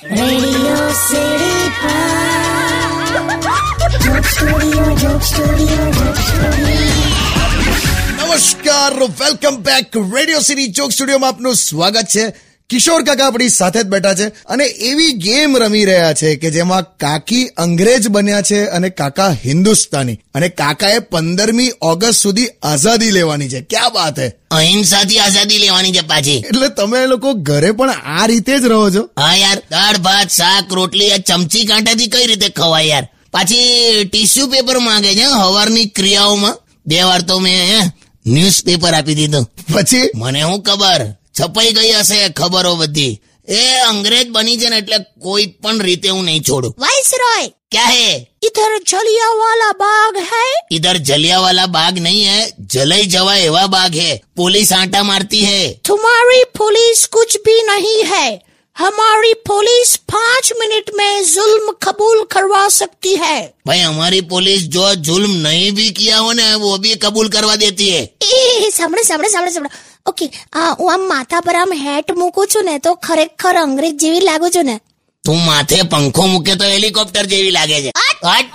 Radio City हाँ Pod. Joke Studio, Joke Studio, Joke Studio. નમસ્કાર welcome back radio city ચોક સ્ટુડિયોમાં આપનું સ્વાગત છે કિશોર કાકા આપણી સાથે જ બેઠા છે અને એવી ગેમ રમી રહ્યા છે કે જેમાં કાકી અંગ્રેજ બન્યા છે અને કાકા હિન્દુસ્તાની અને કાકાએ પંદરમી ઓગસ્ટ સુધી આઝાદી લેવાની છે ક્યાં વાત હે અહિંસાથી આઝાદી લેવાની છે પાછી એટલે તમે લોકો ઘરે પણ આ રીતે જ રહો છો હા યાર દાળ ભાત શાક રોટલી આ ચમચી કાંટાથી કઈ રીતે ખવાય યાર પાછી ટીશ્યુ પેપર માંગે છે હં, હવારની ક્રિયાઓમાં બે વાર તો મેં ન્યૂઝ પેપર આપી દીધું પછી મને હું ખબર છપાઈ ગઈ હશે ખબરો બધી એ અંગ્રેજ બની છે ને એટલે કોઈ પણ રીતે હું નહીં છોડું वाइसरॉय ક્યાં હે इधर जलिया वाला बाग है ઇધર જલિયાવાલા બાગ નહીં હે જલઈ જવા એવા બાગ હે પોલીસ આંટા મારતી હે तुम्हारी पुलिस कुछ भी नहीं है हमारी पुलिस पाँच मिनट में जुल्म कबूल करवा सकती है भाई हमारी पुलिस जो जुल्म नहीं भी किया हो ना वो भी कबूल करवा देती है એ સાંભળો સાંભળો સાંભળો સાંભળો ઓકે આ હું આમ માથા પર આમ હેટ મૂકું છું ને તો ખરેખર અંગ્રેજ જેવી લાગુ છું ને તું तो માથે પંખો મૂકે તો હેલિકોપ્ટર જેવી લાગે છે હટ.